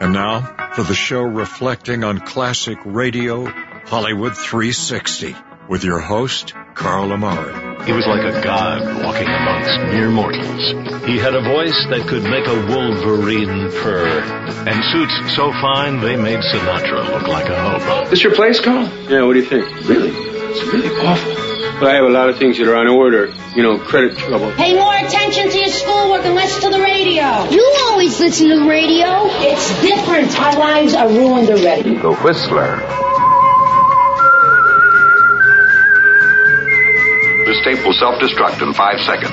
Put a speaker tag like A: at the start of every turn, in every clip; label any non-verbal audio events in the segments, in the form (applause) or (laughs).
A: And now for the show reflecting on classic radio, Hollywood 360, with your host, Carl Amari.
B: He was like a god walking amongst mere mortals. He had a voice that could make a wolverine purr, and suits so fine they made Sinatra look like a hobo.
C: This your place, Carl?
D: Yeah, what do you think?
C: Really? It's really awful.
D: Well, I have a lot of things that are on order. You know,
E: (laughs)
D: credit trouble.
F: Pay more attention to your schoolwork and listen to the radio.
G: You always listen to the radio.
F: It's different. Our lives are ruined already.
H: The Whistler.
I: This tape will self-destruct in five seconds.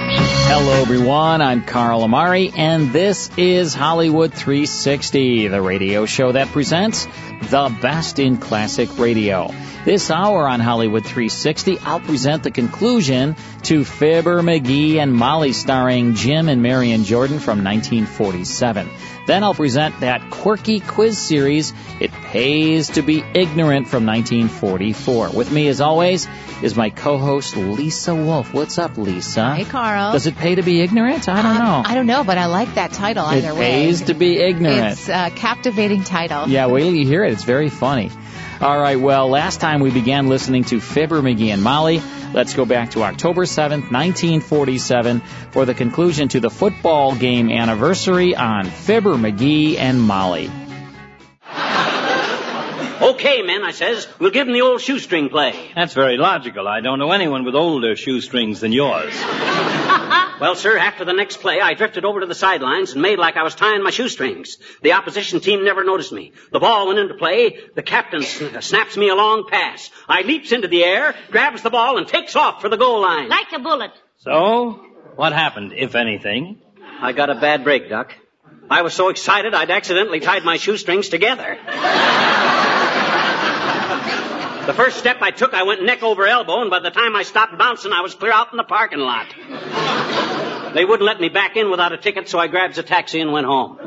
J: Hello, everyone. I'm Carl Amari, and this is Hollywood 360, the radio show that presents the best in classic radio. This hour on Hollywood 360, I'll present the conclusion to Fibber McGee and Molly, starring Jim and Marion Jordan from 1947. Then I'll present that quirky quiz series, It Pays to Be Ignorant from 1944. With me, as always, is my co-host Lisa Wolf. What's up, Lisa?
K: Hey, Carl.
J: Does it pay to be ignorant? I don't
K: Um,
J: know.
K: I don't know, but I like that title either
J: it
K: way.
J: pays to be ignorant.
K: It's a captivating title.
J: Yeah, wait till you hear it. It's very funny. All right, well, last time we began listening to Fibber, McGee, and Molly. Let's go back to October 7th, 1947, for the conclusion to the football game anniversary on Fibber, McGee, and Molly.
L: Okay, men, I says, we'll give him the old shoestring play.
M: That's very logical. I don't know anyone with older shoestrings than yours.
L: Well, sir, after the next play, I drifted over to the sidelines and made like I was tying my shoestrings. The opposition team never noticed me. The ball went into play. The captain sn- uh, snaps me a long pass. I leaps into the air, grabs the ball, and takes off for the goal line.
F: Like a bullet.
M: So, what happened, if anything?
L: I got a bad break, Doc. I was so excited I'd accidentally tied my
M: (laughs)
L: shoestrings together. the first step I took, I went neck over elbow, and by the time I stopped bouncing, I was clear out in the parking lot. They wouldn't let me back in without a ticket, so I grabs a taxi and went home.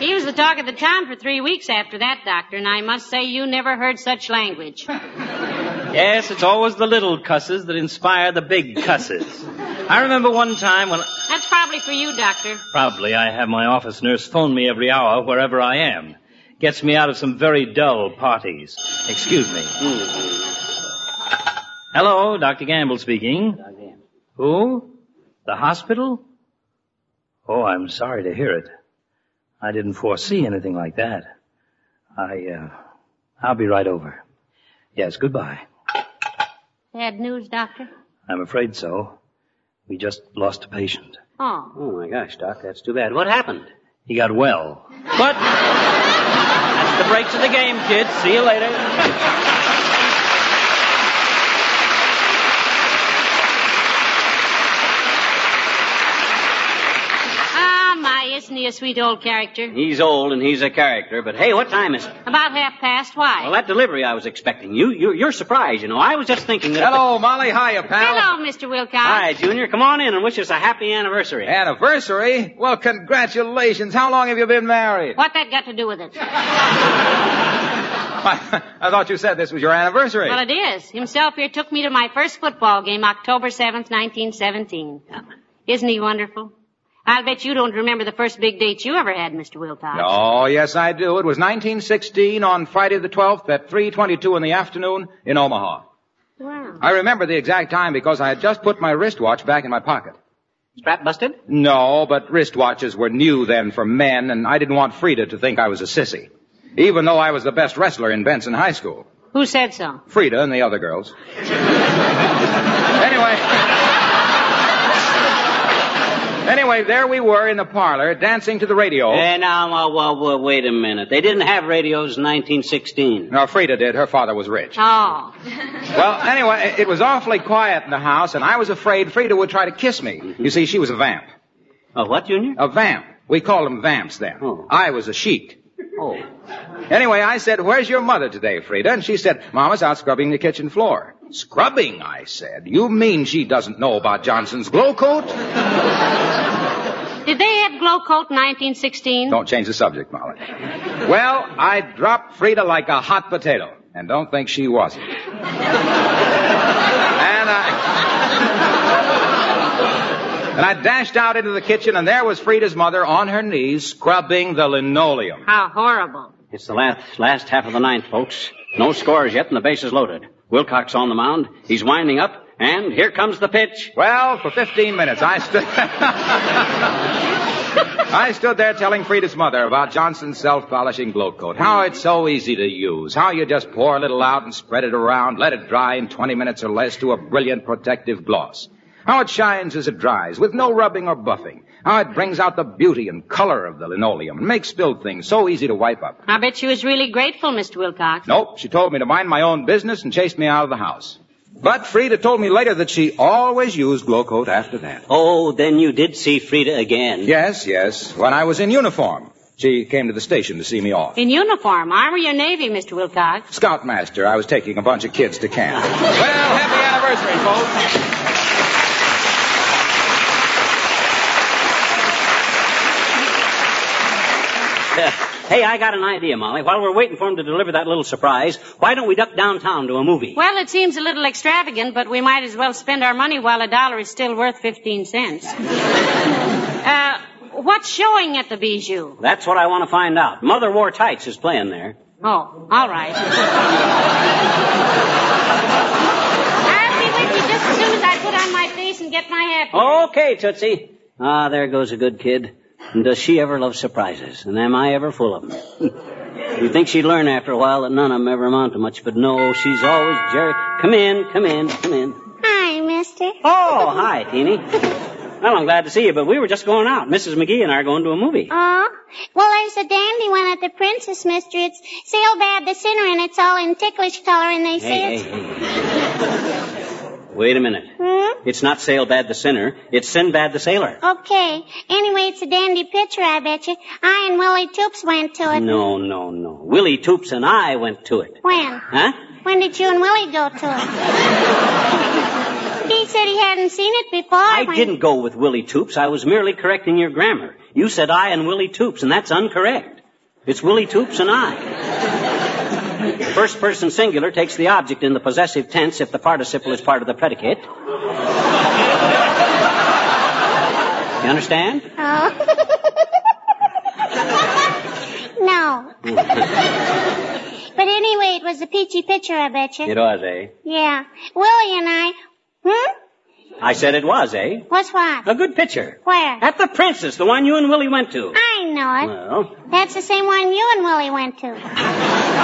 F: He was the talk of the town for three weeks after that, Doctor, and I must say you never heard such language.
M: Yes, it's always the little cusses that inspire the big cusses. I remember one time when.
F: That's probably for you, Doctor.
M: Probably I have my office nurse phone me every hour wherever I am. Gets me out of some very dull parties. Excuse me. Hello, Dr. Gamble speaking. Who? The hospital? Oh, I'm sorry to hear it. I didn't foresee anything like that. I, uh, I'll be right over. Yes, goodbye.
F: Bad news, Doctor?
M: I'm afraid so. We just lost a patient.
F: Oh.
L: Oh my gosh, Doc, that's too bad. What happened?
M: He got well. But that's the break to the game, kids. See you later.
L: (laughs)
F: Ah, my, isn't he a sweet old character?
L: He's old and he's a character, but hey, what time is it?
F: About half past, why?
L: Well, that delivery I was expecting. You, you, you're surprised, you know. I was just thinking that.
D: Hello, Molly. Hiya, pal.
F: Hello, Mr. Wilcox.
L: Hi, Junior. Come on in and wish us a happy anniversary.
D: Anniversary? Well, congratulations. How long have you
L: (laughs)
D: been married?
F: What that got to do with it?
D: I, I thought you said this was your anniversary.
F: Well, it is. Himself here took me to my first football game, October 7th, 1917. Isn't he wonderful? I'll bet you don't remember the first big date you ever had, Mr. Wilcox.
D: Oh, yes, I do. It was 1916 on Friday the 12th at 3.22 in the afternoon in Omaha.
F: Wow.
D: I remember the exact time because I had just put my wristwatch back in my pocket.
L: Strap busted?
D: No, but wristwatches were new then for men, and I didn't want Frida to think I was a sissy. Even though I was the best wrestler in Benson High School.
F: Who said so?
D: Frida and the other girls. anyway. anyway, there we were in the parlor dancing to the radio.
L: Eh, now, uh, well, well, wait a minute. They didn't have radios in 1916.
D: No, Frida did. Her father was rich.
F: Oh.
D: Well, anyway, it was awfully quiet in the house, and I was afraid Frida would try to kiss me. You see, she was a vamp.
L: Oh, Mm-hmm. what, Junior?
D: A vamp. We called them vamps then.
L: Oh.
D: I was a sheik.
L: Oh.
D: Anyway, I said, where's your mother today, Frida? And she said, Mama's out scrubbing the kitchen floor. Scrubbing, I said. You mean she doesn't know about Johnson's glow coat?
F: Did they have glow coat in 1916?
D: Don't change the subject, Molly. Well, I dropped Frida like a hot potato, and don't think she wasn't. and I. And I dashed out into the kitchen, and there was Frida's mother on her knees scrubbing the linoleum.
F: How horrible.
L: It's the last, last half of the ninth, folks. No scores yet, and the bases loaded. Wilcox on the mound. He's winding up, and here comes the pitch.
D: Well, for 15 minutes, I (laughs) stood. I stood there telling Frida's mother about Johnson's self-polishing glow coat, how it's so easy to use, how you just pour a little out and spread it around, let it dry in 20 minutes or less to a brilliant protective gloss, how it shines as it dries with no rubbing or buffing, how it brings out the beauty and color of the linoleum and makes spilled things so easy to wipe up.
F: I bet she was really grateful, Mr. Wilcox.
D: Nope, she told me to mind my own business and chased me out of the house. But Frida told me later that she always used glow coat after that.
L: Oh, then you did see Frida again.
D: Yes, yes, when I was in uniform. She came to the station to see me off.
F: In uniform, Army or Navy, Mr. Wilcox?
D: Scoutmaster, I was taking a bunch of kids to
L: (laughs)
D: camp. well, happy anniversary, folks.
L: (laughs) Hey, I got an idea, Molly. While we're waiting for him to deliver that little surprise, why don't we duck downtown to a movie?
F: Well, it seems a little extravagant, but we might as well spend our money while a dollar is still worth 15 cents. uh, what's showing at the Bijou?
L: That's what I want to find out. Mother Wore Tights is playing there.
F: Oh, all right. I'll be with you just as soon as I put on my face and get my hat.
L: Oh, Okay, Tootsie. Ah, there goes a good kid. And does she ever love surprises? And am I ever full of them? (laughs) You'd think she'd learn after a while that none of them ever amount to much, but no, she's always Jerry. Come in, come in, come in.
H: Hi, mister.
L: Oh, hi, Teeny. Well, I'm glad to see you, but we were just going out. Mrs. McGee and I are going to a movie.
H: Oh? Well, there's a dandy one at the Princess, mister. It's Sinbad the Sinner, and it's all in ticklish color, and they say
L: Hey,
H: it's...
L: hey, hey. Wait a minute.
H: Hmm?
L: It's not Sailbad the Sinner. It's Sinbad the Sailor.
H: Okay. Anyway, it's a dandy picture, I bet you. I and Willie Toops went to it.
L: No, no, no. Willie Toops and I went to it.
H: When?
L: Huh?
H: When did you and Willie go to
L: (laughs)
H: it? he said he hadn't seen it before.
L: I didn't go with Willie Toops. I was merely correcting your grammar. You said I and Willie Toops, and that's incorrect. It's Willie Toops and I. First person singular takes the object in the possessive tense if the participle is part of the predicate. You understand?
H: (laughs)
L: (laughs)
H: No. but anyway, it was a peachy picture, I bet you.
L: It was, eh?
H: Yeah. Willie and I. Hmm?
L: I said it was, eh?
H: What's what?
L: A good picture.
H: Where?
L: At the Princess, the one you and Willie went to.
H: I know it.
L: Oh. Well,
H: That's the same one you and Willie went to.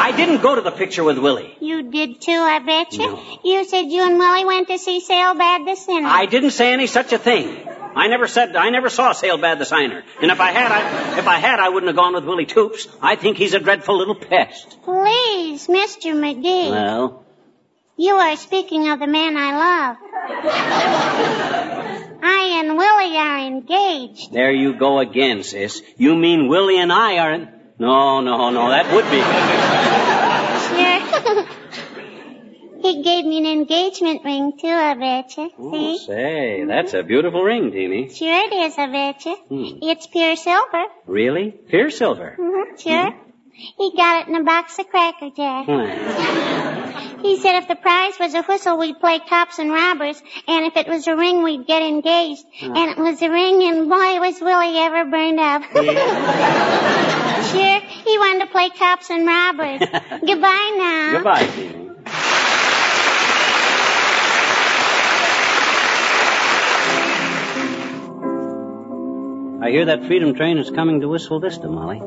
L: I didn't go to the picture with Willie.
H: You did too, I bet you. You said you and Willie went to see Sailbad the Sinner.
L: I didn't say any such a thing. I never said I never saw Sailbad the signer. And if I had, I if I had, I wouldn't have gone with Willie Toops. I think he's a dreadful little pest.
H: Please, Mr. McGee.
L: Well,
H: You are speaking of the man I love. I and Willie are engaged.
L: there you go again, sis. You mean Willie and I aren't? No, no, no. That would be.
H: Sure. (laughs) he gave me an engagement ring too, I betcha.
L: Oh,
H: See?
L: say, that's a beautiful ring, Deanie.
H: Sure it is, I betcha.
L: Hmm.
H: It's pure silver.
L: Really? Pure silver.
H: hmm Sure. He got it in a box of Cracker Jack.
L: Why,
H: He said if the prize was a whistle, we'd play cops and robbers, and if it was a ring, we'd get engaged. And it was a ring, and boy, was Willie ever burned up. (laughs) sure, he wanted to play cops and robbers. Goodbye now.
L: Goodbye, Deanie. I hear that Freedom Train is coming to Whistle Vista, Molly.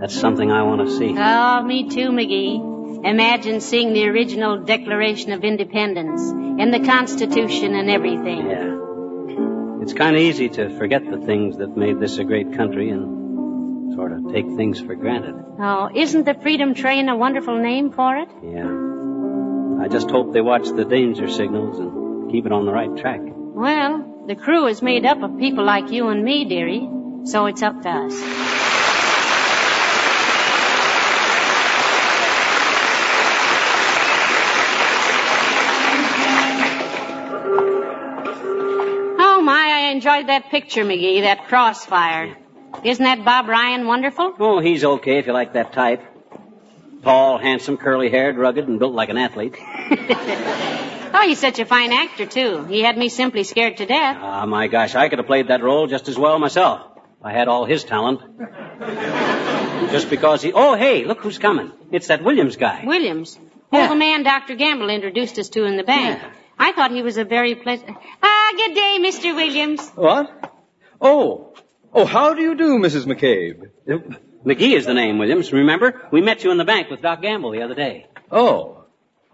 L: That's something I want to see.
F: Oh, me too, McGee. Imagine seeing the original Declaration of Independence and the Constitution and everything.
L: Yeah. It's kind of easy to forget the things that made this a great country and sort of take things for granted.
F: Oh, isn't the Freedom Train a wonderful name for it?
L: Yeah. I just hope they watch the danger signals and keep it on the right track.
F: Well, the crew is made up of people like you and me, dearie, so it's up to us. Oh, my, I enjoyed that picture, McGee, that crossfire. Isn't that Bob Ryan wonderful? (laughs)
L: Oh, he's okay if you like that type. Tall, handsome, curly haired, rugged, and built like an athlete.
F: Oh, he's such a fine actor, too. He had me simply scared to death.
L: Ah, my gosh, I could have played that role just as well myself. if I had all his talent. just because he. Oh, hey, look who's coming. It's that Williams guy.
F: Williams. Oh, the man Dr. Gamble introduced us to in the bank. I thought he was a very pleasant. Ah, good day, Mr. Williams.
N: What? Oh. Oh, how do you do, Mrs. McCabe?
L: McGee is the name, Williams. Remember? We met you in the bank with Doc Gamble the other
N: (laughs)
L: day.
N: Oh.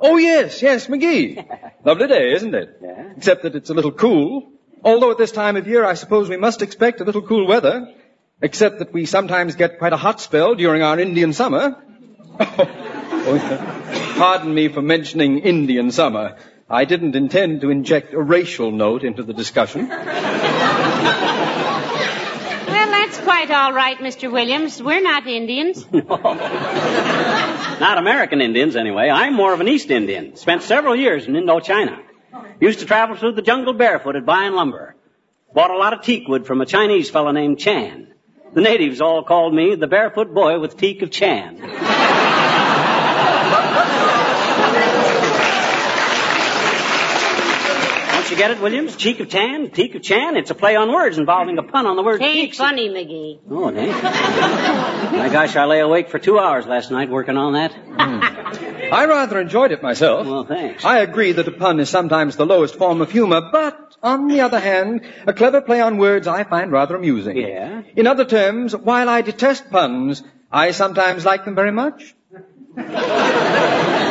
N: Oh, yes, yes, McGee. Lovely day, isn't it? Yeah. Except that it's a little cool. Although at this time of year, I suppose we must expect a little cool weather. Except that we sometimes get quite a hot spell during our Indian summer. Oh, Pardon me for mentioning Indian summer. I didn't intend to inject a racial note into the discussion.
F: Well, that's quite all right, Mr. Williams. We're not Indians.
L: Not American Indians, anyway. I'm more of an East Indian. Spent several years in Indochina. Used to travel through the jungle barefooted buying lumber. Bought a lot of teak wood from a Chinese fellow named Chan. The natives all called me the barefoot boy with teak of Chan. Don't you get it, Williams? Cheek of Chan, teak of Chan. It's a play on words involving a pun on the word
F: Ain't funny, McGee.
L: Oh, it ain't. My gosh, I lay awake for two hours last night working on that.
N: Hmm. I rather enjoyed it myself.
L: Well, thanks.
N: I agree that a pun is sometimes the lowest form of humor, but on the other hand, a clever play on words I find rather amusing.
L: Yeah?
N: In other terms, while I detest puns, I sometimes like them very much.
F: (laughs)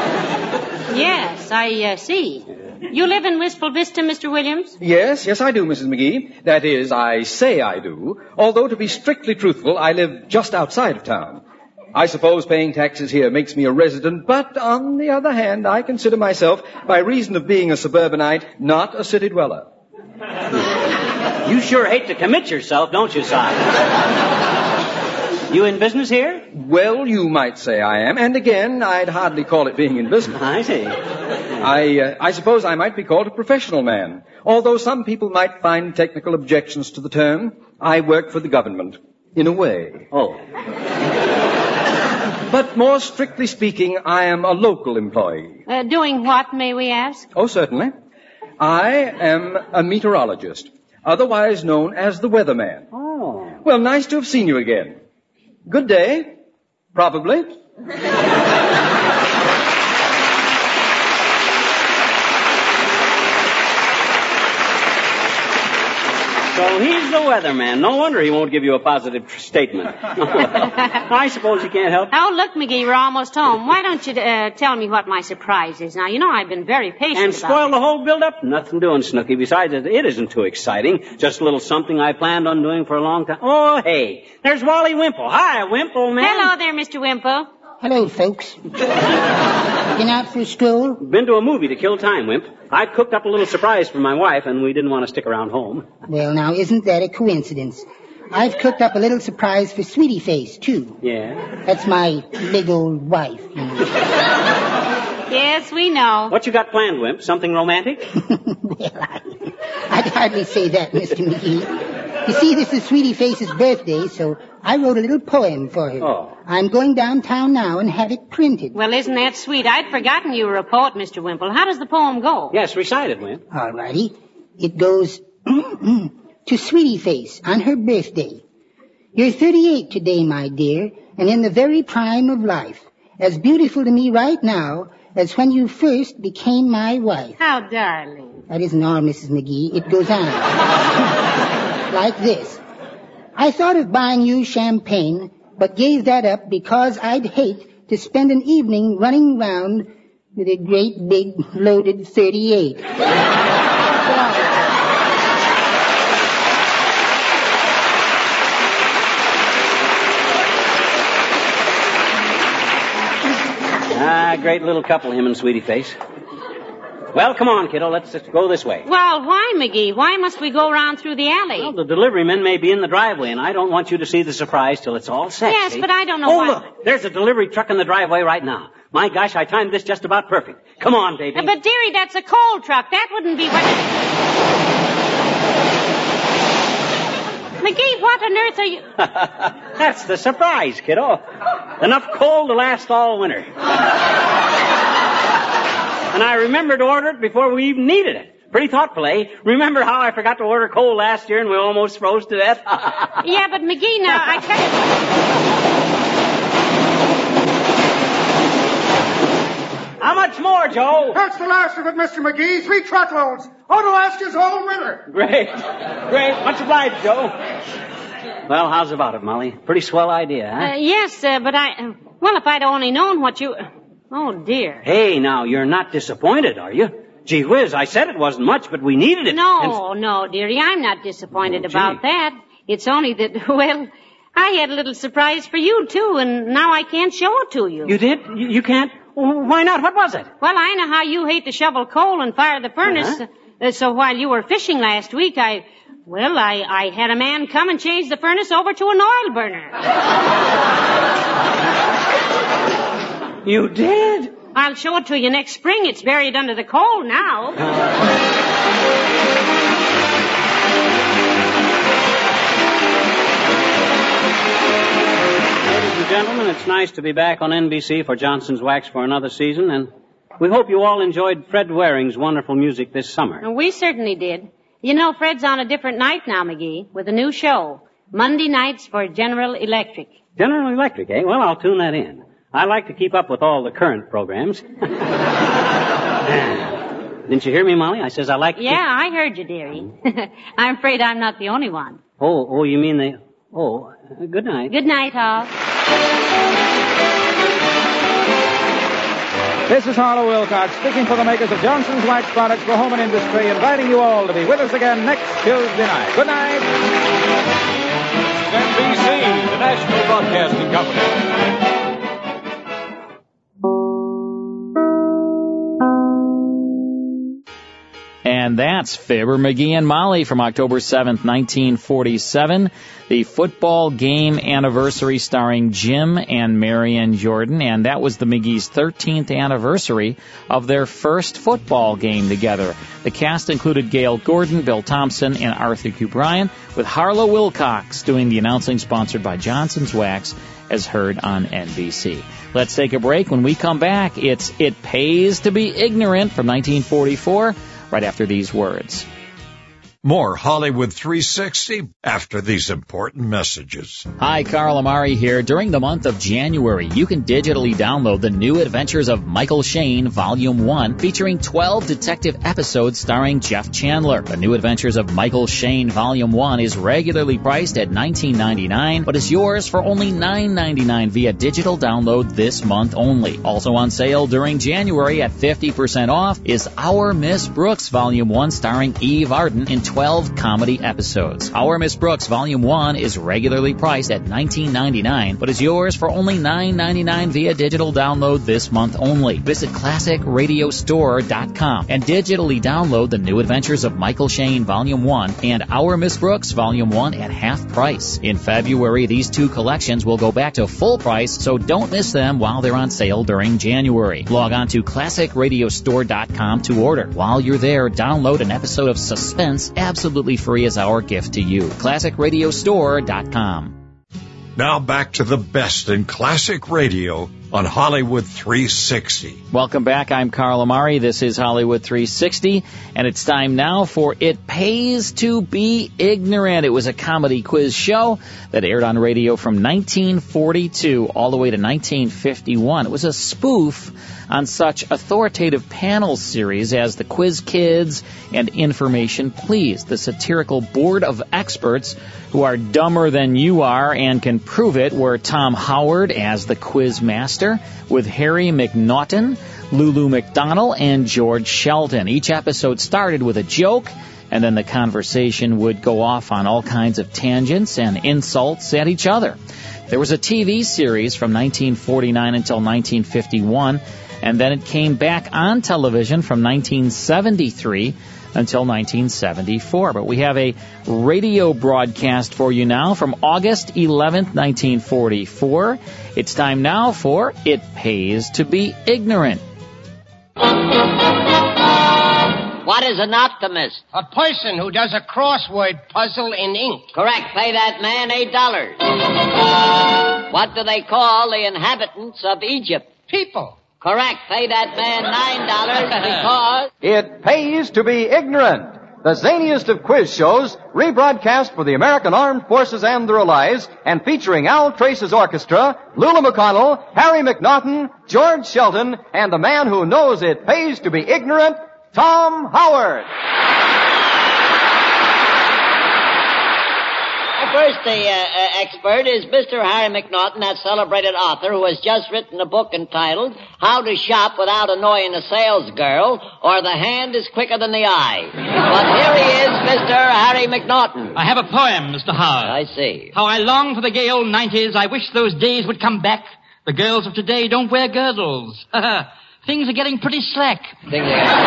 F: Yes, I uh, see. You live in Wistful Vista, Mr. Williams?
N: Yes, yes, I do, Mrs. McGee. That is, I say I do, although to be strictly truthful, I live just outside of town. I suppose paying taxes here makes me a resident, but on the other hand, I consider myself, by reason of being a suburbanite, not a city dweller. (laughs)
L: You sure hate to commit yourself, don't you, Si? You in business here?
N: Well, you might say I am, and again, I'd hardly call it being in
L: (laughs)
N: business.
L: I see.
N: I, uh, I suppose I might be called a professional man, although some people might find technical objections to the term. I work for the government, in a way.
L: Oh.
N: (laughs) But more strictly speaking, I am a local employee.
F: Uh, doing what, may we ask?
N: Oh, certainly. I am a meteorologist, otherwise known as the weatherman.
L: Oh.
N: Well, nice to have seen you again. Good day. Probably.
L: So he's the weatherman. No wonder he won't give you a positive tr- statement. (laughs) I suppose you can't help.
F: Oh, look, McGee, we're almost home. Why don't you uh, tell me what my surprise is? Now, you know I've been very patient.
L: And
F: about
L: spoil the whole build-up? Nothing doing, Snooky. Besides, it, it isn't too exciting. Just a little something I planned on doing for a long time. Oh, hey, there's Wally Wimple. Hi, Wimple,
F: it.
L: man.
F: Hello there, Mr. Wimple.
O: Hello, folks. Been out for school?
L: Been to a movie to kill time, Wimp. I cooked up a little surprise for my wife, and we didn't want to stick around home.
O: Well, now, isn't that a coincidence? I've cooked up a little surprise for Sweetie Face, too.
L: Yeah.
O: That's my big old wife. you know. (laughs)
F: Yes, we know.
L: What you got planned, Wimp? Something romantic?
O: I'd hardly say that, Mr. McGee. You see, this is Sweetie Face's birthday, so I wrote a little poem for her.
L: Oh.
O: I'm going downtown now and have it printed.
F: Well, isn't that sweet? I'd forgotten you were a poet, Mr. Wimple. How does the poem go?
L: Yes, recite it, Wimp.
O: All righty. It goes (clears throat) to Sweetie Face on her birthday. You're 38 today, my dear, and in the very prime of life. As beautiful to me right now as when you first became my wife.
F: How darling.
O: That isn't all, Mrs. McGee. It goes on. like this. I thought of buying you champagne, but gave that up because I'd hate to spend an evening running round with a great big loaded 38.
L: Ah, great little couple, him and Sweetie Face. Well, come on, kiddo. Let's just go this way.
F: Well, why, McGee? Why must we go round through the alley?
L: Well, the delivery men may be in the driveway, and I don't want you to see the surprise till it's all set.
F: Yes,
L: see?
F: but I don't know
L: oh,
F: why-
L: look. There's a delivery truck in the driveway right now. My gosh, I timed this just about perfect. Come on, baby.
F: Uh, But, dearie, that's a coal truck. That wouldn't be what. McGee, what on earth are
L: (laughs)
F: you.
L: That's the surprise, kiddo. Enough coal to last all winter. And I remembered to order it before we even needed it. Pretty thoughtful, eh? Remember how I forgot to order coal last year and we almost froze to death? (laughs)
F: Yeah, but McGee, now I tell
L: you. How much more, Joe?
P: That's the last of it, Mr. McGee. Three truckloads. Oh, Onalaska's whole winter.
L: Great. Great. Much obliged, Joe. Well, how's about it, Molly? Pretty swell idea, huh?
F: Uh, yes, uh, but I. Well, if I'd only known what you. Oh, dear.
L: Hey, now, you're not disappointed, are you? Gee whiz, I said it wasn't much, but we needed it.
F: No, and... no, dearie, I'm not disappointed oh, about that. It's only that, (laughs) well, I had a little surprise for you, too, and now I can't show it to you.
L: You did? You, you can't? Why not? What was it?
F: Well, I know how you hate to shovel coal and fire the furnace. Uh-huh. Uh, so while you were fishing last week, I, well, I, I had a man come and change the furnace over to an oil
L: (laughs)
F: burner.
L: you did?
F: I'll show it to you next spring. It's buried under the coal now.
L: Uh-huh. Ladies and gentlemen, it's nice to be back on NBC for Johnson's Wax for another season, and we hope you all enjoyed Fred Waring's wonderful music this summer.
F: We certainly did. You know, Fred's on a different night now, McGee, with a new show. Monday nights for General
L: (laughs)
F: Electric.
L: General Electric, eh? Well, I'll tune that in. I like to keep up with all the current programs. (laughs) Didn't you hear me, Molly? I says I like to
F: Yeah, keep... I heard you, dearie. (laughs) I'm afraid I'm not the only one.
L: Oh, oh, you mean the... Oh, good night.
F: Good night, all.
N: This is Harlow Wilcox speaking for the makers of Johnson's Wax Products for Home and Industry, inviting you all to be with us again next Tuesday night. Good night.
Q: NBC, the National Broadcasting Company.
J: And that's Fibber, McGee, and Molly from October 7th, 1947 the football game anniversary starring Jim and Marion Jordan, and that was the McGee's 13th anniversary of their first football game together. The cast included Gail Gordon, Bill Thompson, and Arthur Q. Bryan, with Harlow Wilcox doing the announcing sponsored by Johnson's Wax as heard on NBC. Let's take a break. When we come back, it's It Pays to Be Ignorant from 1944, right after these words.
A: More Hollywood 360 after these important messages.
J: Hi, Carl Amari here. During the month of January, you can digitally download The New Adventures of Michael Shane, Volume 1, featuring 12 detective episodes starring Jeff Chandler. The New Adventures of Michael Shane, Volume 1 is regularly priced at $19.99, but is yours for only $9.99 via digital download this month only. Also on sale during January at 50% off is Our Miss Brooks, Volume 1, starring Eve Arden in 12 comedy episodes. Our Miss Brooks Volume 1 is regularly priced at $19.99, but is yours for only $9.99 via digital download this month only. Visit classicradiostore.com and digitally download The New Adventures of Michael Shane Volume 1 and Our Miss Brooks Volume 1 at half price. In February, these two collections will go back to full price, so don't miss them while they're on sale during January. Log on to classicradiostore.com to order. While you're there, download an episode of Suspense absolutely free as our gift to you. ClassicRadiostore.com.
A: Now back to the best in classic radio on Hollywood 360.
J: Welcome back. I'm Carl Amari. This is Hollywood 360, and it's time now for It Pays to Be Ignorant. It was a comedy quiz show that aired on radio from 1942 all the way to 1951. It was a spoof on such authoritative panel series as The Quiz Kids and Information Please, the satirical board of experts who are dumber than you are and can prove it were Tom Howard as the quiz master with Harry McNaughton, Lulu McDonnell, and George Shelton. Each episode started with a joke and then the conversation would go off on all kinds of tangents and insults at each other. There was a TV series from 1949 until 1951 and then it came back on television from 1973 until 1974. But we have a radio broadcast for you now from August 11th, 1944. It's time now for It Pays to Be Ignorant.
R: What is an optimist?
S: A person who does a crossword puzzle in ink.
R: Correct. Pay that man eight dollars. What do they call the inhabitants of Egypt?
S: People.
R: Correct. Pay that man nine dollars because
T: It pays to be ignorant. The zaniest of quiz shows, rebroadcast for the American Armed Forces and their allies, and featuring Al Trace's orchestra, Lula McConnell, Harry McNaughton, George Shelton, and the man who knows it pays to be ignorant, Tom Howard.
R: Well, First, the uh, uh, expert is Mr. Harry McNaughton, that celebrated author who has just written a book entitled How to Shop Without Annoying a Sales Girl or The Hand is Quicker Than the Eye. but here he is, Mr. Harry McNaughton.
U: I have a poem, Mr. Howard.
R: I see.
U: How I long for the gay old 90s. I wish those days would come back. The girls of today don't wear girdles. (laughs) Things are getting pretty slack.
R: Things are-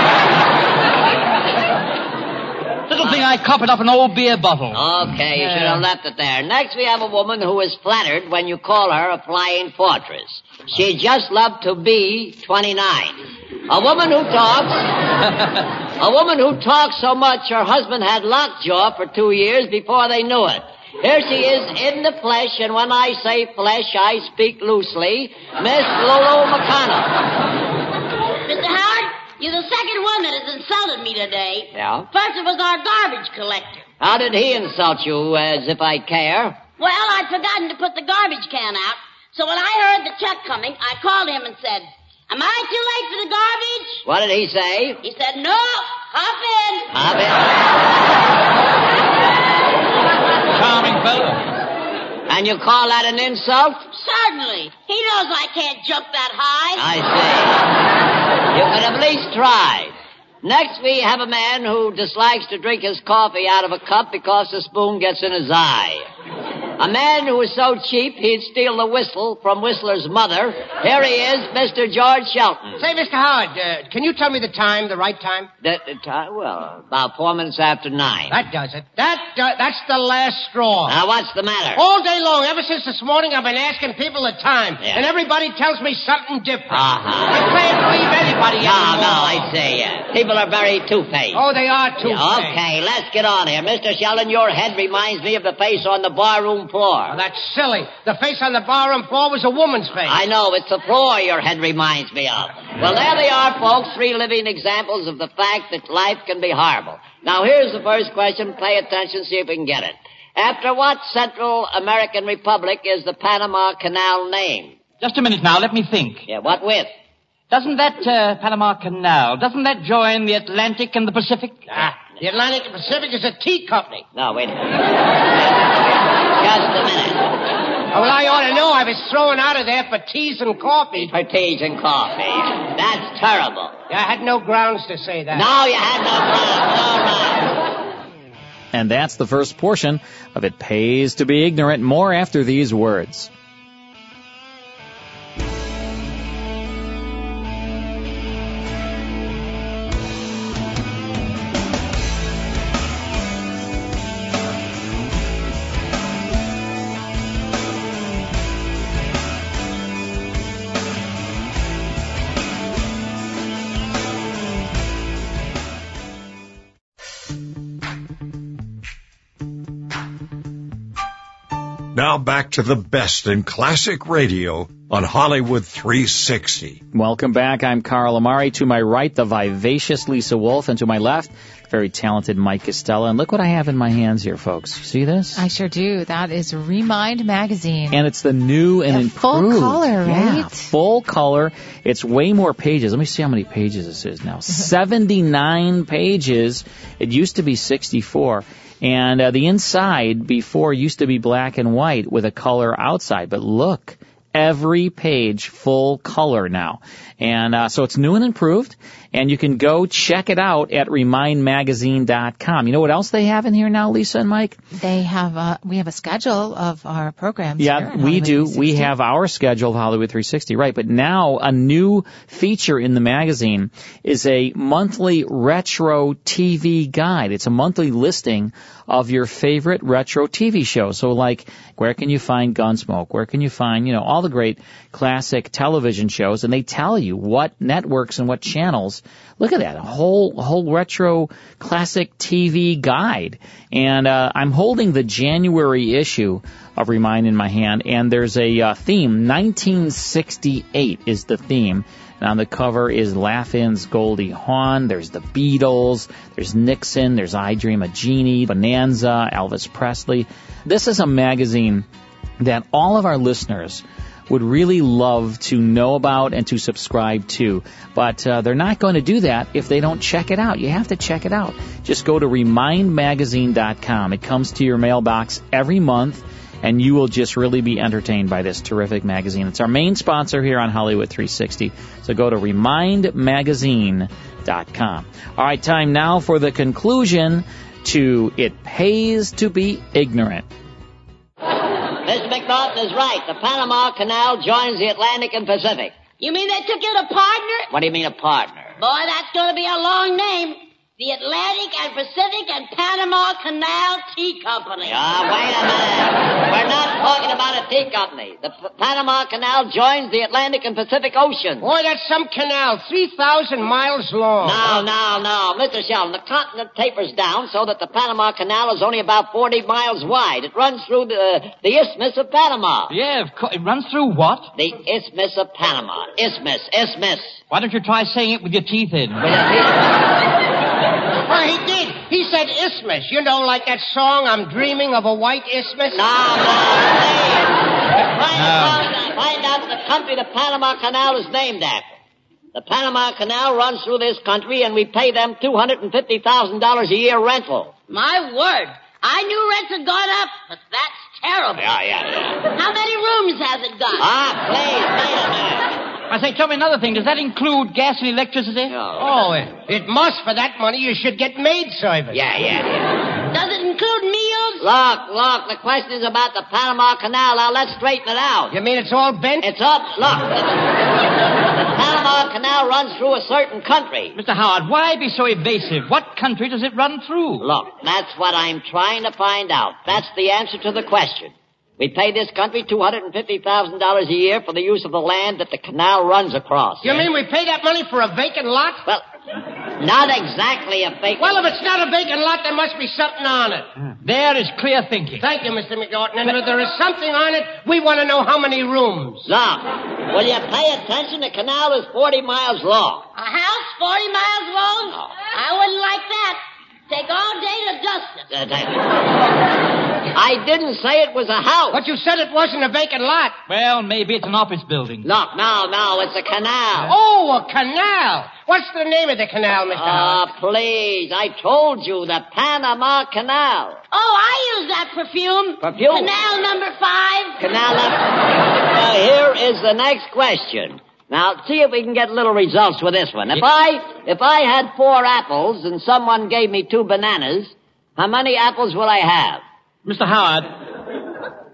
U: (laughs) Little thing I copied up an old beer bottle.
R: Okay, you should have left it there. Next, we have a woman who is flattered when you call her a flying fortress. She just loved to be 29. A woman who talks, a woman who talks so much her husband had lockjaw for two years before they knew it. Here she is in the flesh, and when I say flesh, I speak loosely. Miss Lolo McConnell.
E: Mr. Howard, you're the second one that has insulted me today.
R: Yeah?
E: First it was our garbage collector.
R: How did he insult you as if I care?
E: Well, I'd forgotten to put the garbage can out, so when I heard the check coming, I called him and said, Am I too late for the garbage?
R: What did he say?
E: He said, No, hop in.
R: Hop in.
E: (laughs)
U: Charming fellow.
R: And you call that an insult?
E: Certainly. He knows I can't jump that
R: I
E: high.
R: see. You could at least try. Next, we have a man who dislikes to drink his coffee out of a cup because the spoon gets in his eye. A man who is so cheap he'd steal the whistle from Whistler's mother. Here he is, Mr. George Shelton.
S: Say, Mr. Howard, uh, can you tell me the time, the right time?
R: The, the time, well, about four minutes after nine.
S: That does it. That do- that's the last straw.
R: Now, what's the matter?
S: All day long, ever since this morning, I've been asking people the time,
R: Yeah.
S: and everybody tells me something different.
R: Uh-huh.
S: I can't believe anybody
R: No,
S: anymore.
R: no, I see. Yeah. People are very two-faced.
S: Oh, they are too.
R: Yeah, okay, let's get on here. Mr. Sheldon, your head reminds me of the face on the barroom floor.
S: That's silly. The face on the barroom floor was a woman's face.
R: I know, it's the floor your head reminds me of. Well, there they are, folks, three living examples of the fact that life can be horrible. Now, here's the first question. Pay attention, see if we can get it. After what Central American republic is the Panama Canal named?
U: Just a minute now. Let me think.
R: Yeah, what with?
U: Doesn't that uh, Panama Canal, doesn't that join the Atlantic and the Pacific? Ah,
S: The Atlantic and Pacific is a tea company.
R: No, wait a minute. Just a minute.
S: Oh, well, I ought to know. I was thrown out of there for teas and coffee.
R: For teas and coffee. That's terrible.
S: I had no grounds to say that.
R: No, you had no grounds. All right.
J: And that's the first portion of It Pays to Be Ignorant. More after these words.
A: Now back to the best in classic radio on Hollywood 360.
J: Welcome back. I'm Carl Amari. To my right, the vivacious Lisa Wolf, and to my left, the very talented Mike Costello. And look what I have in my hands here, folks. You see this?
K: I sure do. That is Remind Magazine.
J: And it's the new and
K: full
J: improved.
K: color,
J: Yeah,
K: right?
J: full color. It's way more pages. Let me see how many pages this
K: (laughs)
J: is now. 79 pages. It used to be 64. And uh, the inside before used to be black and white with a color outside. But look, every page full color now. And uh, so it's new and improved. And you can go check it out at remindmagazine.com. You know what else they have in here now, Lisa and Mike?
K: They have a, we have a schedule of our programs. here
J: Yeah,
K: on
J: we
K: Hollywood
J: do.
K: 360.
J: We have our schedule of Hollywood 360, right? But now a new feature in the magazine is a monthly retro TV guide. It's a monthly listing of your favorite retro TV shows. So like, where can you find Gunsmoke? Where can you find, you know, all the great classic television shows? And they tell you what networks and what channels. Look at that. A whole, a whole retro classic TV guide. And, uh, I'm holding the January issue of Remind in my hand, and there's a uh, theme. 1968 is the theme, And on the cover is Laughlin's Goldie Hawn. There's the Beatles. There's Nixon. There's I Dream of Jeannie, Bonanza, Elvis Presley. This is a magazine that all of our listeners would really love to know about and to subscribe to. But uh, they're not going to do that if they don't check it out. You have to check it out. Just go to remindmagazine.com. It comes to your mailbox every month. And you will just really be entertained by this terrific magazine. It's our main sponsor here on Hollywood 360. So go to remindmagazine.com. All right, time now for the conclusion to It Pays to Be Ignorant.
R: Miss McNaughton is right. The Panama Canal joins the Atlantic and Pacific.
E: You mean they took out a partner?
R: What do you mean a partner?
E: Boy, that's going to be a long name. The Atlantic and Pacific and Panama Canal Tea Company.
R: Ah, wait a minute. We're not talking about a tea company. The P- Panama Canal joins the Atlantic and Pacific Ocean.
S: Boy, that's some canal, 3,000 miles long.
R: No, no, no. Mr. Sheldon, the continent tapers down so that the Panama Canal is only about 40 miles wide. It runs through the, the Isthmus of Panama.
U: Yeah, of course. It runs through what?
R: The Isthmus of Panama. Isthmus, Isthmus.
U: Why don't you try saying it with your teeth in?
S: (laughs) Well, he did. He said isthmus. You know, like that song, I'm dreaming of a white isthmus. (laughs)
R: No, no, Find, out, find out the country the Panama Canal is named after. The Panama Canal runs through this country and we pay them $250,000 a year rental.
E: My word. I knew rents had gone up, but that's terrible.
R: Yeah, yeah, yeah.
E: How many rooms has it got?
R: Ah, please, wait a minute.
U: I say, tell me another thing. Does that include gas and electricity?
S: Oh, it, it must. For that money, you should get maid service.
R: Yeah, yeah, yeah.
E: Does it include meals?
R: Look, look, the question is about the Panama Canal. Now let's straighten it out.
S: You mean it's all bent?
R: It's up. Look. The, the Panama Canal runs through a certain country.
U: Mr. Howard, why be so evasive? What country does it run through?
R: Look, that's what I'm trying to find out. That's the answer to the question. We pay this country $250,000 a year for the use of the land that the canal runs across.
S: You mean we pay that money for a vacant lot?
R: Well, not exactly a fake.
S: Well, if it's not a vacant lot, there must be something on it.
U: Hmm. There is clear thinking.
S: Thank you, Mr. McNaughton. And if there is something on it, we want to know how many rooms.
R: Now, will you pay attention? The canal is 40 miles long.
E: A house 40 miles long?
R: Oh.
E: I wouldn't like that. Take all day to dust it.
R: Uh, thank you. I didn't say it was a house.
S: But you said it wasn't a vacant lot.
U: Well, maybe it's an office building.
R: Look, no, no, it's a canal.
S: Oh, a canal. What's the name of the canal, Mr. Howard?
R: Ah, please, I told you, the Panama Canal.
E: Oh, I use that perfume.
R: Perfume?
E: Canal number five.
R: Canal up. Now, here is the next question. Now, see if we can get little results with this one. If I, if I had four apples and someone gave me two bananas, how many apples will I have?
U: Mr. Howard.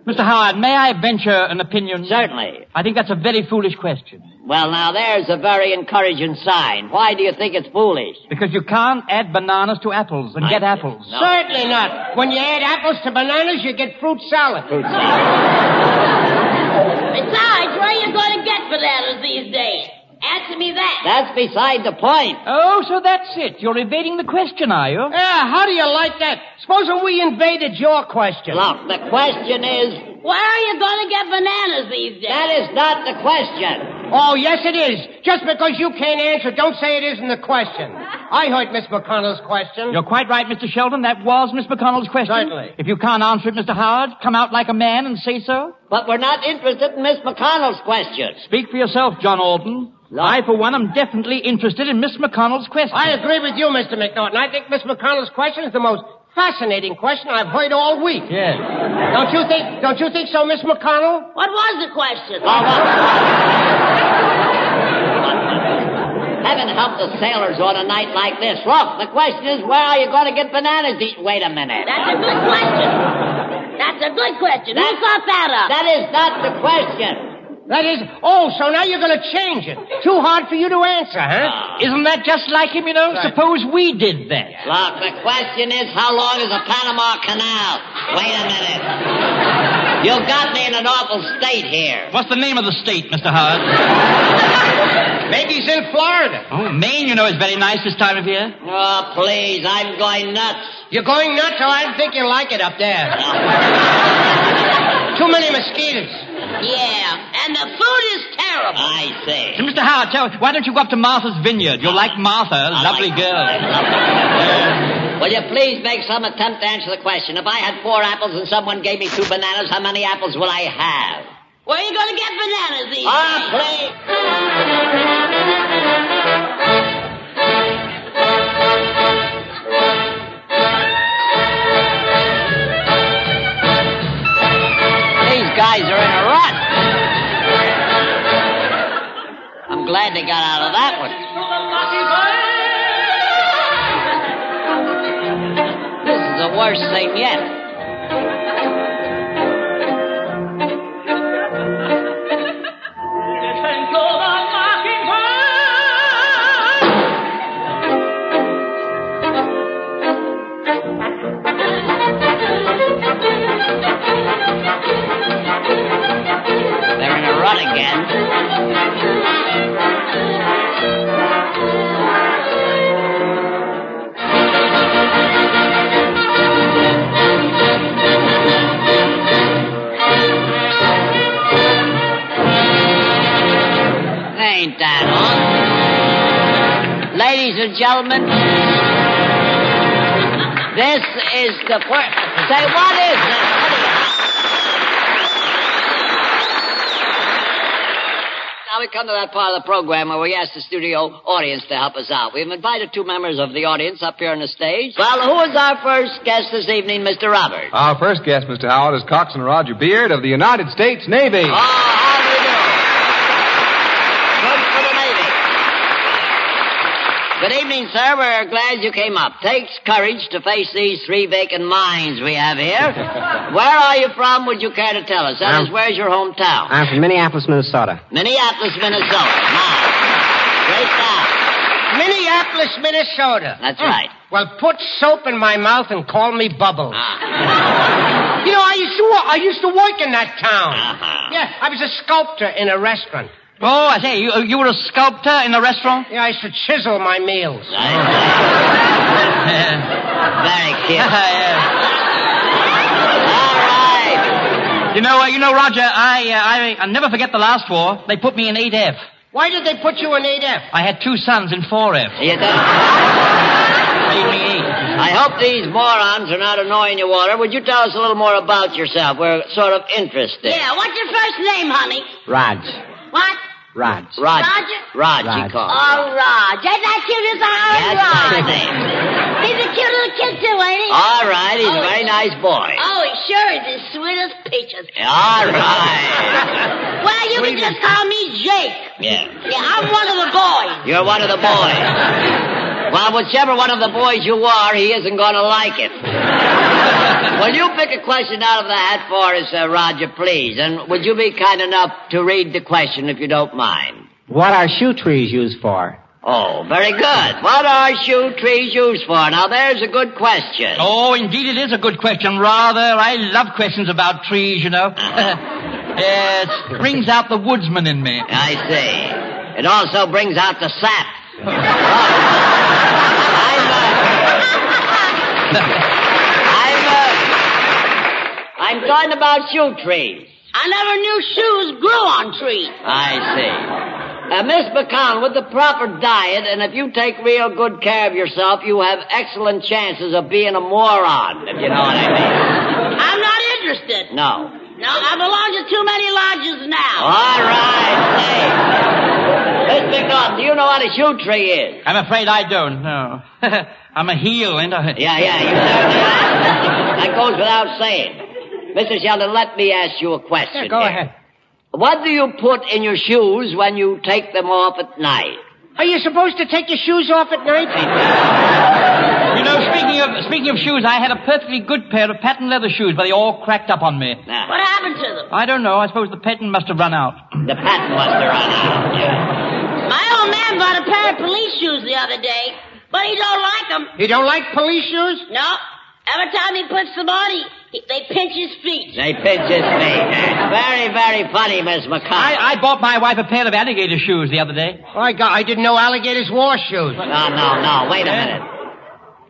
U: Mr. Howard, may I venture an opinion?
R: Certainly.
U: I think that's a very foolish question.
R: Well, now there's a very encouraging sign. Why do you think it's foolish?
U: Because you can't add bananas to apples and get apples.
R: No.
S: Certainly not. When you add apples to bananas, you get fruit salad.
E: Besides, where are you going to get bananas these days? Answer me that.
R: That's beside the point.
U: Oh, so that's it. You're evading the question, are you?
S: Yeah, how do you like that? Suppose we invaded your question.
R: Look, the question is,
E: Where are you going to get bananas these days?
R: that is not the question.
S: Oh, yes, it is. Just because you can't answer, don't say it isn't the question. I heard Miss McConnell's question.
U: You're quite right, Mr. Sheldon. That was Miss McConnell's question.
S: Certainly.
U: If you can't answer it, Mr. Howard, come out like a man and say so.
R: But we're not interested in Miss McConnell's question.
U: Speak for yourself, John Alden. I, for one, am definitely interested in Miss McConnell's question.
S: I agree with you, Mr. McNaughton. I think Miss McConnell's question is the most fascinating question I've heard all week.
U: Yes.
S: Don't you think? Don't you think so, Miss McConnell?
E: What was the question?
R: Heaven help the sailors on a night like this. Look, the question is, where are you going to get bananas? To eat? Wait a minute.
E: That's a good question. That's a good question. Who
R: That-
E: thought that up?
R: That is not the question.
S: That is. Oh, so now you're going to change it. Too hard for you to answer, huh?
U: Isn't that just like him, you know? Suppose we did that.
R: Look, the question is, how long is the Panama Canal? Wait a minute. You (laughs) got me in an awful state here.
U: What's the name of the state, Mr. Howard?
S: Maybe he's in Florida.
U: Oh, Maine, you know, is very nice this time of year.
R: Oh, please, I'm going nuts.
S: You're going Oh,
E: (laughs)
S: nuts, or I think you like it up there. Too many mosquitoes.
E: Yeah, and the food is terrible. I say.
U: So, Mr. Howard, tell, why don't you go up to Martha's Vineyard? You'll like Martha, lovely girl.
R: Will you please make some attempt to answer the question? If I had four apples and someone gave me two bananas, how many apples will I have?
E: Where are you going to get bananas these
R: Ah,
E: days?
R: please. These guys are in a rut. I'm glad they got out of that one. This is the worst thing yet. They're in a rut again. Ain't that on? Ladies and gentlemen, this is the first. Say, what is this? Now we come to that part of the program where we ask the studio audience to help us out. We've invited two members of the audience up here on the stage. Well, who is our first guest this evening, Mr. Roberts?
T: Our first guest, Mr. Howard, is Coxswain Roger Beard of the United States Navy.
R: Ah, Good evening, sir. We're glad you came up. Takes courage to face these three vacant minds we have (laughs) here. Where are you from? Would you care to tell us? That
B: I'm-
R: is, where's your hometown?
B: I'm from Minneapolis, Minnesota.
R: Minneapolis, Minnesota. Now, great town.
S: Minneapolis, Minnesota. Hmm.
R: That's right.
S: Well, put soap in my mouth and call me Bubbles.
U: Ah.
S: (laughs) you know, I used to wo- I used to work in that town. Yeah, I was a sculptor in a restaurant.
U: Uh-huh. Oh, I say, you, you were a sculptor in a restaurant?
S: Yeah, I used to chisel my meals.
R: Very
U: (laughs)
R: cute.
U: You know, uh, you know, Roger, I, uh, I, I'll never forget the last war. They put me in 8F.
S: Why did they put you in 8F?
U: I had two sons in 4F.
R: You E. I hope these morons are not annoying you, Walter. Would you tell us a little more about yourself? We're sort of interested.
E: Yeah, what's your first name, honey?
R: Raj.
E: What?
R: Raj. Raj.
E: Roger?
R: Raj, he called.
E: Oh, Raj. Ain't that cute as a house, Raj? He's a cute little kid, too, ain't he?
R: All right, he's a
E: Oh,
R: very
E: he-
R: nice boy.
E: Oh, he sure is as sweet as peaches.
R: All right.
E: Well, you can just call me Jake.
R: Yeah.
E: Yeah, I'm one of the boys.
R: You're one of the boys. Well, whichever one of the boys you are, he isn't going to like it. Will you pick a question out of the hat for us, uh, Roger, please? And would you be kind enough to read the question if you don't mind?
B: What are shoe trees used for?
R: Oh, very good. What are shoe trees used for? Now, there's a good question.
U: Oh, indeed, it is a good question. Rather, I love questions about trees, you know. (laughs) yes, brings out the woodsman in me.
R: I see. It also brings out the sap. I'm, uh, I'm, uh, I'm talking about shoe trees.
E: I never knew shoes grew on trees.
R: I see. Uh, Miss McConnell, with the proper diet, and if you take real good care of yourself, you have excellent chances of being a moron, if you know what I
E: I'm not interested.
R: mean. No.
E: No, I belong to too many lodges now.
R: All right, say. Miss McNaughton, do you know what a shoe tree is?
U: I'm afraid I don't, no. (laughs) I'm a heel, ain't I?
R: Yeah, yeah, you That goes without saying. Mr. Sheldon, let me ask you a question.
S: Yeah, go
R: here.
S: ahead.
R: What do you put in your shoes when you take them off at night?
S: Are you supposed to take your shoes off at night?
U: You know, speaking of speaking of shoes, I had a perfectly good pair of patent leather shoes, but they all cracked up on me.
E: What happened to them?
U: I don't know. I suppose the patent must have run out.
R: The patent must have run out.
E: My old man bought a pair of police shoes the other day, but he don't like them.
S: You don't like police shoes?
E: No. Every time he puts them on, he, he- they pinch his feet.
R: They pinch his feet. Very, very funny, Miss McConnell.
U: I, I bought my wife a pair of alligator shoes the other day.
S: Oh, I, got, I didn't know alligators wore shoes.
R: No, no, no. Wait a minute.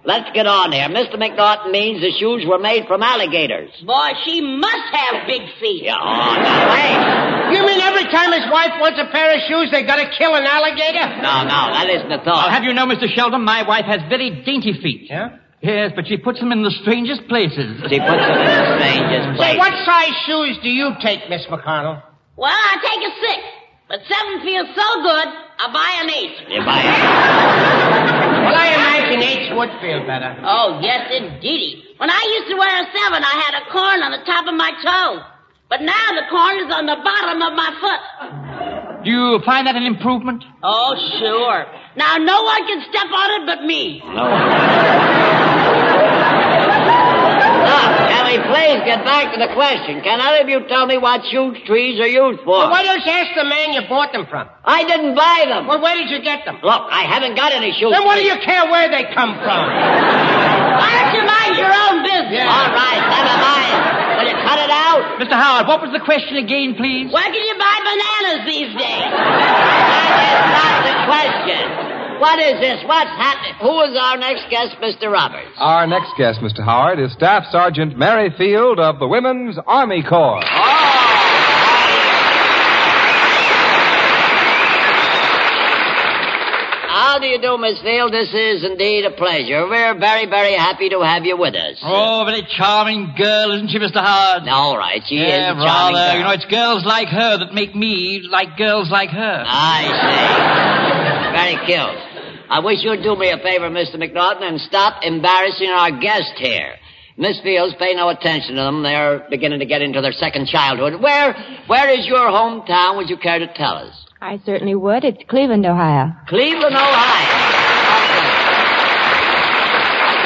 R: Let's get on here. Mr. McNaughton means the shoes were made from alligators.
E: Boy, she must have big feet.
R: Yeah, oh, no, hey.
S: You mean every time his wife wants a pair of shoes, they gotta kill an alligator?
R: No, no, that isn't the thought.
U: I'll have you know, Mr. Sheldon, my wife has very dainty feet.
S: Yeah?
U: Yes, but she puts them in the strangest places.
R: She puts them in the strangest
S: Say,
R: places.
S: what size shoes do you take, Miss McConnell?
E: Well, I take a six, but seven feels so good, I buy an eight.
R: You buy it.
S: Well, I imagine eights would feel better.
E: Oh, yes, indeedy. When I used to wear a seven, I had a corn on the top of my toe. But now the corn is on the bottom of my foot.
U: Do you find that an improvement?
E: Oh, sure. Now no one can step on it but me.
R: Now, Kelly, please get back to the question. Can either of you tell me what shoe trees are used for?
S: Well, why don't you ask the man you bought them from?
R: I didn't buy them.
S: Well, where did you get them?
R: Look, I haven't got any shoe
S: Then what do
R: trees.
S: you care where they come from?
R: (laughs)
E: Why don't you mind your own business?
R: All right, never mind. Will you cut it out?
U: Mr. Howard, what was the question again, please?
E: Where can you buy bananas these days?
R: That is not the question. What is this? What's happening? Who is our next guest, Mr. Roberts?
T: Our next guest, Mr. Howard, is Staff Sergeant Mary Field of the Women's Army Corps.
R: How do you do, Miss Field? This is indeed a pleasure. We're very, very happy to have you with us.
U: Oh, very charming girl, isn't she, Mr. Howard?
R: All right, she
U: yeah,
R: is a
U: rather.
R: charming girl.
U: You know, it's girls like her that make me like girls like her.
R: I see. Very cute. I wish you'd do me a favor, Mr. McNaughton, and stop embarrassing our guest here. Miss Fields, pay no attention to them. They're beginning to get into their second childhood. Where, where is your hometown? Would you care to tell us?
C: I certainly would. It's Cleveland, Ohio.
R: Cleveland, Ohio.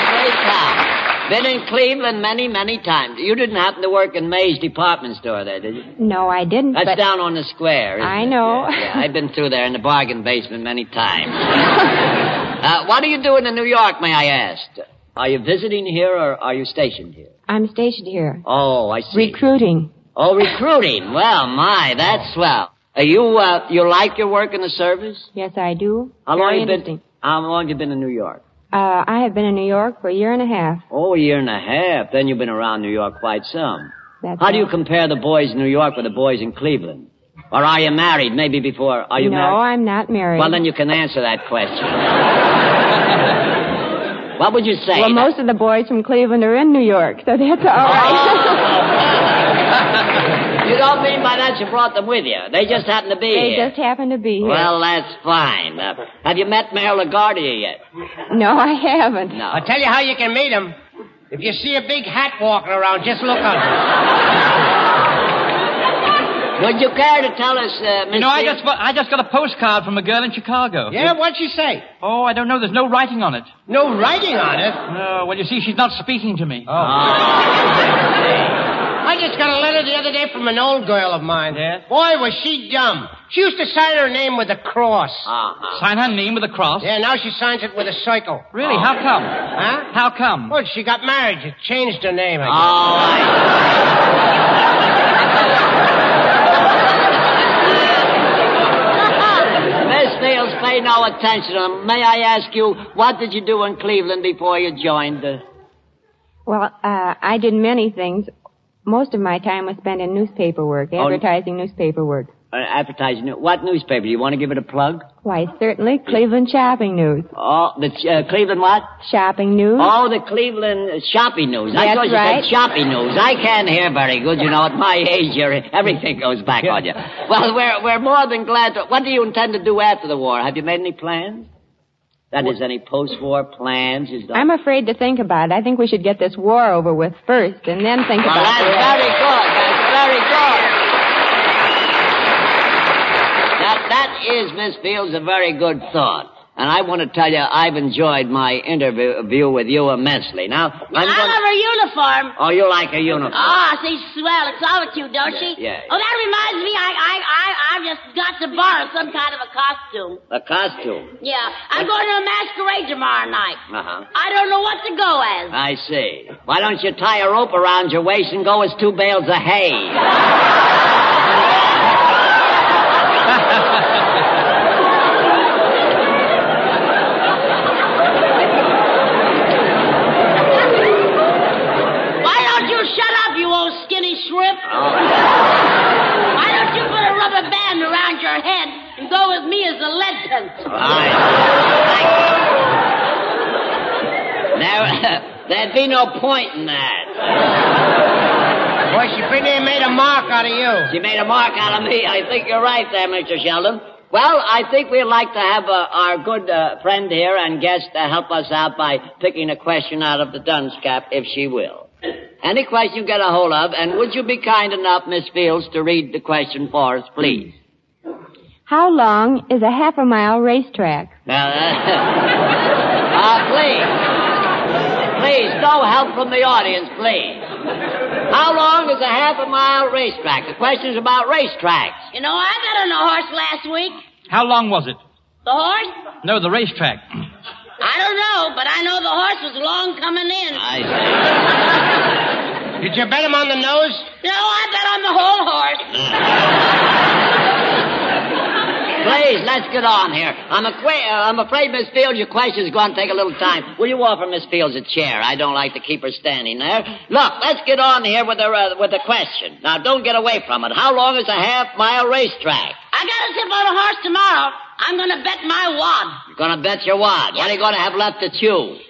R: Great town. Been in Cleveland many, many times. You didn't happen to work in May's department store there, did you?
C: No, I didn't.
R: That's
C: but
R: down on the square. Isn't
C: I
R: it?
C: know.
R: Yeah, yeah, I've been through there in the bargain basement many
C: (laughs)
R: times. uh, what are you doing in New York, may I ask? Are you visiting here or are you stationed here?
C: I'm stationed here.
R: Oh, I see.
C: Recruiting.
R: oh, recruiting. Well, my, that's swell. Are you uh, you like your work in the service?
C: Yes, I do.
R: How long
C: Very
R: you been?
C: interesting.
R: How long you been in New York?
C: Uh, I have been in New York for a year and a half.
R: Oh, a year and a half. Then you've been around New York quite some.
C: That's
R: How do
C: all.
R: you compare the boys in New York with the boys in Cleveland? Or are you married? Maybe before are you
C: no,
R: married?
C: I'm not married.
R: Well, then you (laughs) can answer that question. what would you say?
C: Well, most of the boys from Cleveland are in New York, so that's (laughs)
R: Oh,
C: all (laughs) right.
R: (laughs) You don't mean by that you brought them with you. They just happen to be
C: they
R: here.
C: just happen to be here.
R: Well, that's fine. Uh, have you met Merrill LaGuardia yet?
C: no, I haven't.
R: No.
S: I'll tell you how you can meet him. If you see a big hat walking around, just look
R: (laughs)
S: up.
R: Would you care to tell us, uh, Miss
U: You know, I
R: Field-
U: just I just got a postcard from a girl in Chicago.
S: Yeah, what'd she say?
U: Oh, I don't know. There's no writing on it.
S: No writing on it. Oh.
U: No. Well, you see, she's not speaking to me.
S: I just got a letter the other day from an old girl of mine.
U: Yes?
S: Boy, was she dumb. She used to sign her name with a cross.
R: Uh-huh. (laughs)
U: Sign her name with a cross.
S: Yeah, now she signs it with a circle.
U: Really? How come?
S: Huh?
U: How come?
S: Well, she got married. She changed her name. I
R: Oh,
S: guess.
R: I... Miss Fields, pay no attention to them. May I ask you, what did you do in Cleveland before you joined the...
C: Well, uh, I did many things. Most of my time was spent in newspaper work,
R: Oh.
C: advertising newspaper work.
R: Uh, advertising. What newspaper? Do you want to give it a plug?
C: Why, certainly Cleveland shopping news.
R: Oh, the uh, Cleveland what?
C: Shopping news.
R: Oh, the Cleveland uh, shopping news. I
C: That's
R: thought you
C: right.
R: said shopping news. I can't hear very good, you know. At my age, you're, everything goes back on
C: (laughs)
R: you. Well, we're, we're more than glad to... What do you intend to do after the war? Have you made any plans? That is, any post-war plans? Is there-
C: I'm afraid to think about it. I think we should get this war over with first and then think
R: Well,
C: about
R: that's
C: it.
R: very good. That's very good. Now, that is, Miss Fields, a very good thought. And I want to tell you, I've enjoyed my interview with you immensely. Now, I'm
E: I
R: going
E: love her uniform.
R: Oh, you like a uniform.
E: Oh, she's swell. It's all with you, don't she?
R: yeah, yeah.
E: Oh, that reminds me, I, I, I, I've just got to borrow some kind of a costume.
R: A costume.
E: Yeah, I'm going to a masquerade tomorrow night.
R: Uh-huh.
E: I don't know what to go as.
R: (laughs) I see. Why don't you tie a rope around your waist and go as two bales of hay?
E: difference.
R: There, (laughs) there'd be no point in that.
S: Boy, she pretty near made a mark out of you.
R: She made a mark out of me. I think you're right there, Mr. Sheldon. Well, I think we'd like to have uh, our good uh, friend here and guest to help us out by picking a question out of the dunce cap, if she will. Any question you get a hold of, and would you be kind enough, Miss Fields, to read the question for us, please?
C: How long is a half a mile racetrack?
R: Uh, (laughs) uh, please. Please, no help from the audience, please. How long is a half a mile racetrack? The question's about racetracks.
E: You know, I got on a horse last week.
U: How long was it?
E: The horse?
U: No, the racetrack.
E: I don't know, but I know the horse was long coming in.
S: Did you bet him on the nose?
E: No, I bet on the whole
R: (laughs)
E: horse.
R: Please, let's get on here. I'm, a I'm afraid, Miss Fields, your question's going to take a little time. Will you offer Miss Fields a chair? I don't like to keep her standing there. Look, let's get on here with the, uh, with the question. Now, don't get away from it. How long is a half-mile racetrack?
E: I got a tip on a horse tomorrow. I'm gonna bet my wad.
R: You're going to bet your wad. What are you going to have left to chew? Leave,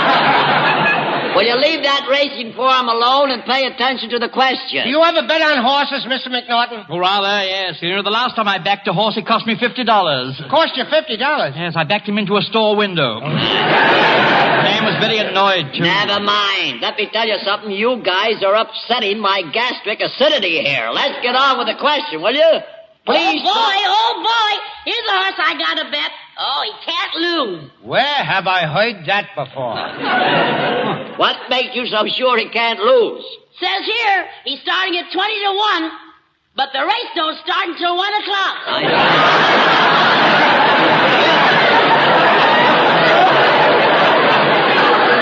R: leave. Will you
E: Oh,
R: leave that racing form alone and pay attention to the question?
S: Do you ever bet on horses, Mr. McNaughton?
U: Oh, rather, yes. You know, the last time I backed a horse, it cost me $50.
S: Cost you fifty dollars.
U: Yes, I backed him into a store window. Man was very annoyed, too.
R: Never mind. Let me tell you something. You guys are upsetting my gastric acidity here. Let's get on with the question, will you? Please.
E: Oh boy, oh boy. Here's a horse I got to bet. Oh, he can't lose.
S: Where have I heard that before?
R: (laughs) What makes you so sure he can't lose?
E: Says here, he's starting at 20 to 1, but the race don't start until 1 o'clock.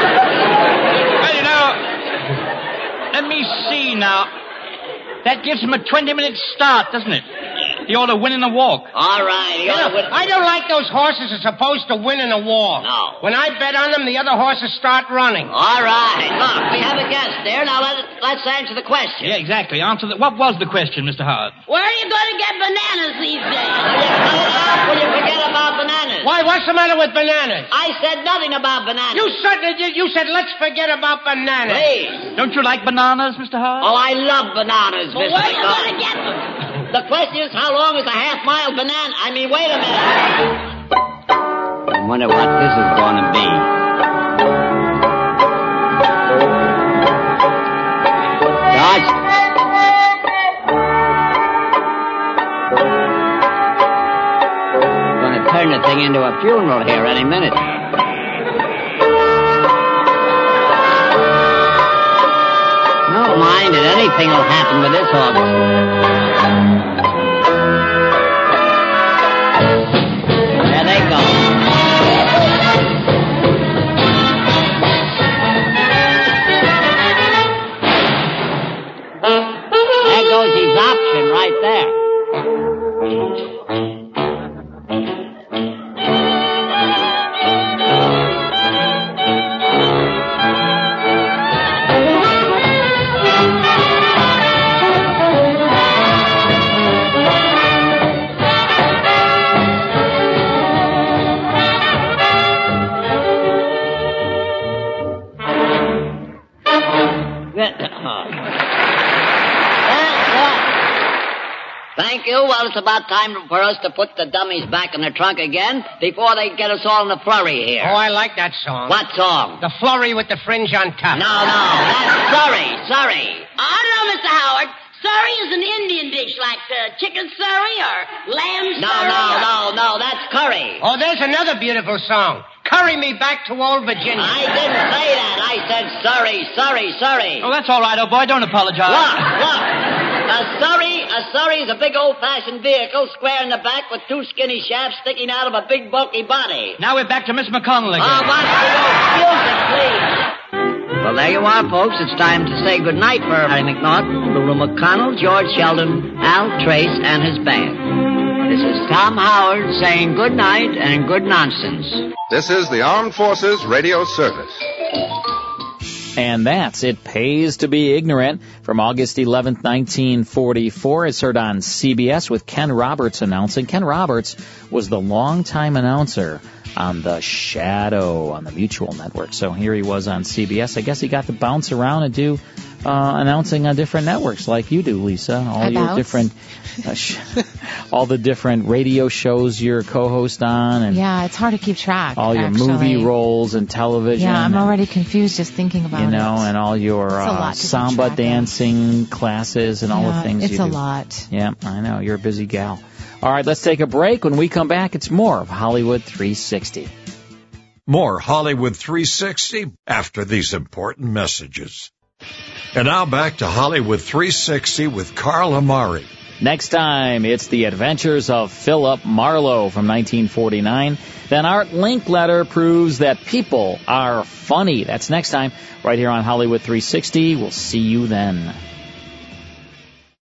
U: Well, you know, let me see now. That gives him a 20 minute start, doesn't it? He ought to win in a walk.
R: All right. He ought to win.
S: I don't like those horses are supposed to win in a war.
R: No.
S: When I bet on them, the other horses start running.
R: All right. Look, we have a guest there. Now let, let's answer the question.
U: Yeah, exactly. Answer the. What was the question, Mr. Howard?
E: Where are you gonna get bananas these days?
R: Will you forget about bananas?
S: Why, what's the matter with bananas?
R: I said nothing about bananas.
S: You certainly did. You said, let's forget about bananas.
R: Please.
U: Don't you like bananas, Mr. Howard?
R: Oh, I love bananas,
E: But
R: Mr.
E: where are you
R: McDonald.
E: gonna get them?
R: The question is, how long is a half mile banana? I mean, wait a minute. I wonder what this is going to be. Dodge. Going to turn the thing into a funeral here any minute. Don't mind it. Anything will happen with this August. There they go. There goes his option right there. That- That- that- Thank you. Well, it's about time for us to put the dummies back in the trunk again before they get us all in a flurry here.
S: Oh, I like that song.
R: What song?
S: The flurry with the fringe on top.
R: No, no, that's sorry, sorry.
E: Oh, no, Mr. Howard. Surrey is an Indian dish like uh, chicken surrey or lamb
R: No,
E: surrey. or-
R: no, no, no, that's curry.
S: Oh, there's another beautiful song. Curry me back to old Virginia.
R: I didn't say that. I said Oh, sorry, sorry, sorry.
U: Oh, that's all right, old boy. Don't apologize.
R: Look, look. A surrey, a surrey is a big old-fashioned vehicle, square in the back with two skinny shafts sticking out of a big bulky body.
U: Now we're back to Miss McConnell again.
R: Oh, why don't you excuse it, please? Well, there you are, folks. It's time to say goodnight for Harry McNaughton, Lulu McConnell, George Sheldon, Al Trace, and his band. This is Tom Howard saying good night and good nonsense.
I: This is the Armed Forces Radio Service.
J: And that's It Pays to Be Ignorant from August 11th, 1944. It's heard on CBS with Ken Roberts announcing. Ken Roberts was the longtime announcer on The Shadow on the Mutual Network. So here he was on CBS. I guess he got to bounce around and do uh, announcing on different networks like you do, Lisa. All
K: I
J: your
K: bounce.
J: different, uh, sh- (laughs) all the different radio shows you're co-host on and
K: Yeah, it's hard to keep track.
J: all your
K: actually.
J: movie roles and television.
K: Yeah, I'm
J: and-
K: already confused just thinking about
J: you know, and all your
K: It's a
J: uh,
K: lot to keep
J: samba
K: track of.
J: dancing classes and all the
K: Yeah,
J: things
K: it's
J: you do.
K: a lot.
J: Yeah, I know. You're a busy gal. All right, let's take a break. When we come back, it's more of Hollywood 360.
A: More Hollywood 360 after these important messages. And now back to Hollywood 360 with Carl Amari.
J: Next time, it's the adventures of Philip Marlowe from 1949. Then Art Linkletter proves that people are funny. That's next time, right here on Hollywood 360. We'll see you then.